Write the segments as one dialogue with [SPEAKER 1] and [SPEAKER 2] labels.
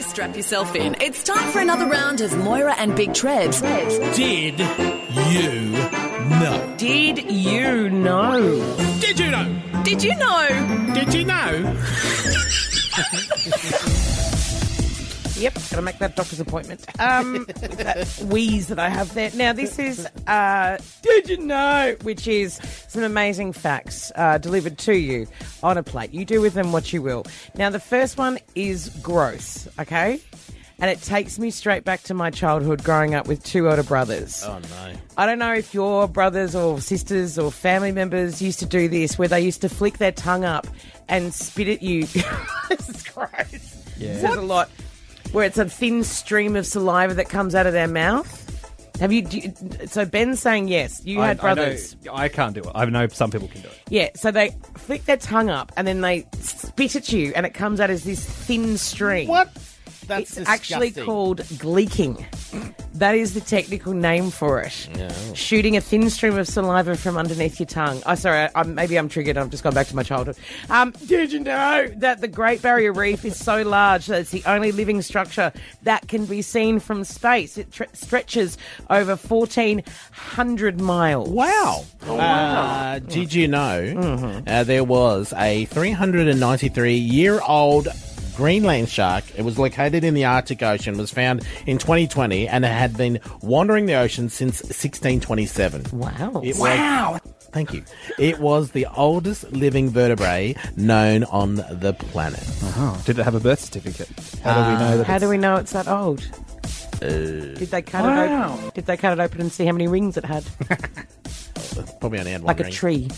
[SPEAKER 1] strap yourself in. It's time for another round of Moira and Big Trebs.
[SPEAKER 2] Did you know?
[SPEAKER 1] Did you know?
[SPEAKER 2] Did you know?
[SPEAKER 1] Did you know?
[SPEAKER 2] Did you know?
[SPEAKER 3] Yep, gotta make that doctor's appointment. Um, with that wheeze that I have there. Now, this is uh, Did You Know? which is some amazing facts uh, delivered to you on a plate. You do with them what you will. Now, the first one is gross, okay? And it takes me straight back to my childhood growing up with two older brothers.
[SPEAKER 2] Oh no.
[SPEAKER 3] I don't know if your brothers or sisters or family members used to do this, where they used to flick their tongue up and spit at you. this is gross. Yeah. This is a lot. Where it's a thin stream of saliva that comes out of their mouth. Have you? Do you so Ben's saying yes. You had
[SPEAKER 4] I, I know-
[SPEAKER 3] brothers.
[SPEAKER 4] I can't do it. I know some people can do it.
[SPEAKER 3] Yeah. So they flick their tongue up and then they spit at you, and it comes out as this thin stream.
[SPEAKER 5] What? That's
[SPEAKER 3] It's actually
[SPEAKER 5] disgusting.
[SPEAKER 3] called gleeking. That is the technical name for it. Shooting a thin stream of saliva from underneath your tongue. Oh, sorry, I, I, maybe I'm triggered. I've just gone back to my childhood. Um, did you know that the Great Barrier Reef is so large that it's the only living structure that can be seen from space? It tre- stretches over 1,400 miles.
[SPEAKER 5] Wow. Uh, did you know
[SPEAKER 4] Mm-hmm.
[SPEAKER 5] uh, there was a 393 year old Greenland shark? It was located in the Arctic Ocean, was found in 2020, and it had been wandering the ocean since 1627.
[SPEAKER 3] Wow.
[SPEAKER 5] It wow. thank you. It was the oldest living vertebrae known on the planet.
[SPEAKER 4] Did it have a birth certificate? How do we know that?
[SPEAKER 3] Uh, How
[SPEAKER 4] it's-
[SPEAKER 3] do we know it's that old?
[SPEAKER 5] Uh,
[SPEAKER 3] did they cut it open? Did they cut it open and see how many rings it had?
[SPEAKER 5] Probably only had one
[SPEAKER 3] like a
[SPEAKER 5] ring.
[SPEAKER 3] tree.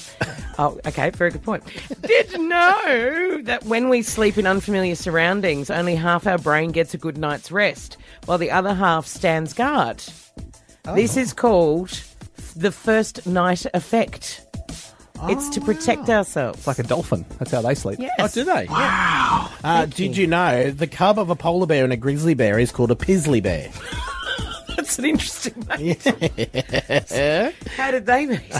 [SPEAKER 3] oh, okay, very good point. Did you know that when we sleep in unfamiliar surroundings, only half our brain gets a good night's rest, while the other half stands guard? This is called the first night effect. it's to protect ourselves.
[SPEAKER 4] Like a dolphin. That's how they sleep.
[SPEAKER 3] yes.
[SPEAKER 5] Oh, do they? Wow. Uh, did you know the cub of a polar bear and a grizzly bear is called a pizzly bear?
[SPEAKER 3] That's an interesting name. How did they meet?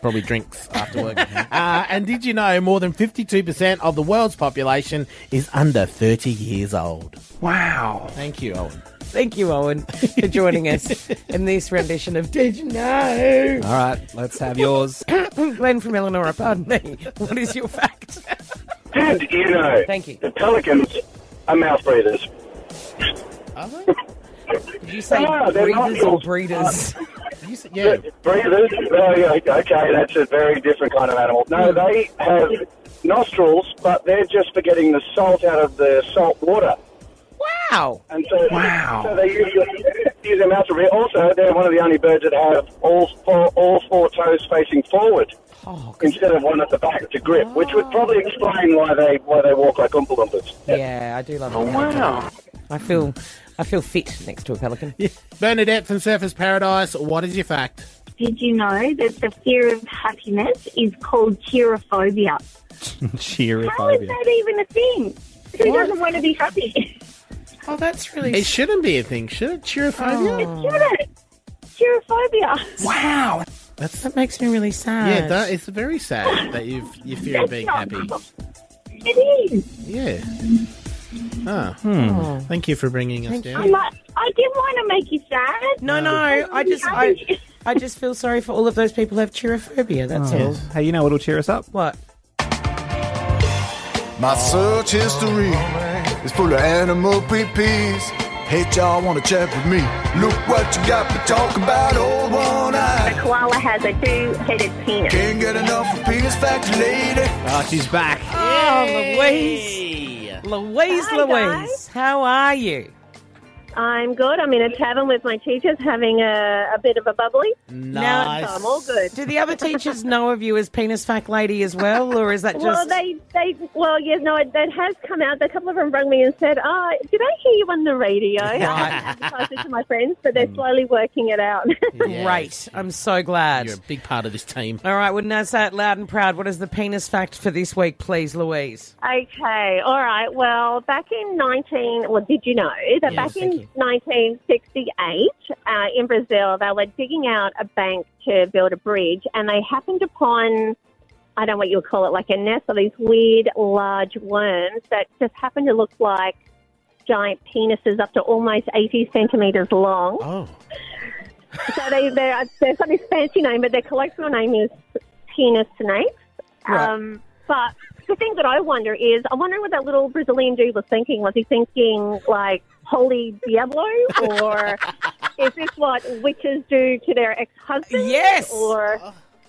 [SPEAKER 5] Probably drinks after work. uh, and did you know more than 52% of the world's population is under 30 years old? Wow. Thank you, Owen.
[SPEAKER 3] Thank you, Owen, for joining us in this rendition of Did You Know?
[SPEAKER 4] All right, let's have yours.
[SPEAKER 3] Glenn from Eleanor, pardon me. What is your fact?
[SPEAKER 6] Did you know?
[SPEAKER 3] Thank you.
[SPEAKER 6] The pelicans are mouth breathers.
[SPEAKER 3] You say
[SPEAKER 6] Ah, they're
[SPEAKER 3] breeders or
[SPEAKER 6] nostrils.
[SPEAKER 3] breeders?
[SPEAKER 5] You s- yeah.
[SPEAKER 6] Breathers? Oh, yeah, okay, that's a very different kind of animal.
[SPEAKER 3] Hmm.
[SPEAKER 6] No, they have nostrils, but they're just for getting the salt out of the salt water.
[SPEAKER 3] Wow.
[SPEAKER 6] And so, so they usually use their mouth to breathe. Also, they're one of the only birds that have all four, all four toes facing forward
[SPEAKER 3] Oh,
[SPEAKER 6] instead of one at the back to grip, which would
[SPEAKER 3] Ah.
[SPEAKER 6] probably explain why they why they walk like Oompa Loompas.
[SPEAKER 3] Yeah, I do love oh, wow. I feel I feel fit next to a pelican.
[SPEAKER 5] Bernadette from Surface Paradise, what is your fact?
[SPEAKER 7] Did you know that the fear of happiness is called cheerophobia? How is
[SPEAKER 4] Cheerophobia.
[SPEAKER 7] that even a thing? Who doesn't want to be happy?
[SPEAKER 3] Oh, that's really Oh.
[SPEAKER 5] It shouldn't be a thing, should it? Cheerophobia?
[SPEAKER 7] Get it? Cheerophobia.
[SPEAKER 3] that makes me really sad.
[SPEAKER 5] Yeah, that, it's very sad that you've, you fear of being happy.
[SPEAKER 7] It is.
[SPEAKER 5] Yeah. Ah. Thank you for bringing us down.
[SPEAKER 7] I'm like, I didn't want to make you sad.
[SPEAKER 3] No, no, I just I,
[SPEAKER 7] happy.
[SPEAKER 3] I just feel sorry for all of those people who have cheerophobia.
[SPEAKER 5] Oh,
[SPEAKER 3] That's all.
[SPEAKER 4] Hey, you know what'll cheer us up?
[SPEAKER 3] What?
[SPEAKER 8] My search history is full of animal PPs. Hate y'all wanna chat with me. Look what you got me talking about, old one
[SPEAKER 7] The
[SPEAKER 8] eye.
[SPEAKER 7] koala has a two-headed penis.
[SPEAKER 8] Can't get enough of penis facts, lady.
[SPEAKER 5] Ah,
[SPEAKER 4] Oh, she's back.
[SPEAKER 3] Oh, Louise, Louise,
[SPEAKER 7] Hi,
[SPEAKER 3] Louise,
[SPEAKER 7] guys.
[SPEAKER 3] how are you?
[SPEAKER 7] I'm good. I'm in a tavern with my teachers having a, a bit of a bubbly.
[SPEAKER 3] Now-
[SPEAKER 5] Nice.
[SPEAKER 7] So I'm all good.
[SPEAKER 3] Do the other teachers know of you as penis fact lady as well, or is that just?
[SPEAKER 7] Well, they, they, well, yes, no, it, that has come out. A couple of them rang me and said, "Oh, did I hear you on the radio?" I haven't advertised it to my friends, but
[SPEAKER 3] Hmm.
[SPEAKER 7] they're slowly working it out.
[SPEAKER 5] Yeah.
[SPEAKER 3] Great. I'm so glad.
[SPEAKER 5] You're a big part of this team.
[SPEAKER 3] All right, wouldn't I say it loud and proud? What is the penis fact for this week, please, Louise?
[SPEAKER 7] okay, all right. Well, back in 19, well, did you know that back in
[SPEAKER 3] thank you.
[SPEAKER 7] 1968 uh, in Brazil, they were digging out a bank to build a bridge, and they happened upon. I don't know what you would call it, like a nest of these weird large worms that just happen to look like giant penises up to almost 80 centimetres long.
[SPEAKER 5] Oh.
[SPEAKER 7] So they, they're, they've got this fancy name, but their colloquial name is penis snakes. Um, but the thing that I wonder is, I'm wondering what that little Brazilian dude was thinking. Was he thinking, like, holy Diablo? Or is this what witches do to their ex-husbands?
[SPEAKER 3] Yes.
[SPEAKER 7] Or,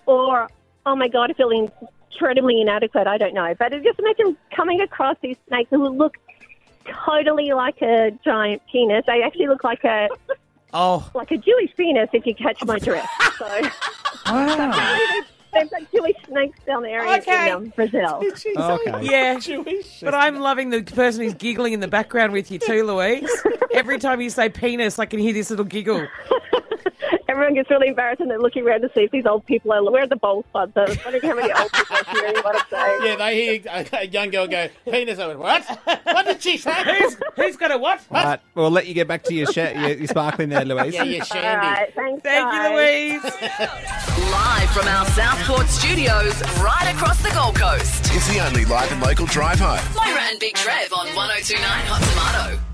[SPEAKER 7] or oh my God, I feel incredibly inadequate. I don't know. But it just imagine coming across these snakes who look totally like a giant penis. They actually look like a
[SPEAKER 3] Oh,
[SPEAKER 7] like a Jewish penis if you catch my drift. So they've got Jewish snakes down there
[SPEAKER 3] Okay.
[SPEAKER 7] in um, Brazil.
[SPEAKER 4] Okay.
[SPEAKER 3] yeah. But I'm loving the person who's giggling in the background with you too, Louise. Every time you say penis, I can hear this little giggle.
[SPEAKER 7] Everyone gets really embarrassed and they're looking around to see if these old people are. We're at the bowl club, so I was wondering how many old people are hearing what I'm saying.
[SPEAKER 5] Yeah, they hear a, a young girl go, penis. I went, what? What did she say?
[SPEAKER 3] Who's, who's got a what?
[SPEAKER 4] But we'll let you get back to your, sh- your, your sparkling there, Louise.
[SPEAKER 5] yeah, you
[SPEAKER 7] All
[SPEAKER 5] shandy.
[SPEAKER 7] right, thanks.
[SPEAKER 3] Thank
[SPEAKER 7] guys.
[SPEAKER 3] you, Louise.
[SPEAKER 1] Live from our Southport studios, right across the Gold Coast.
[SPEAKER 9] It's the only live and local drive home.
[SPEAKER 1] Moira and Big Trev on 1029 Hot Tomato.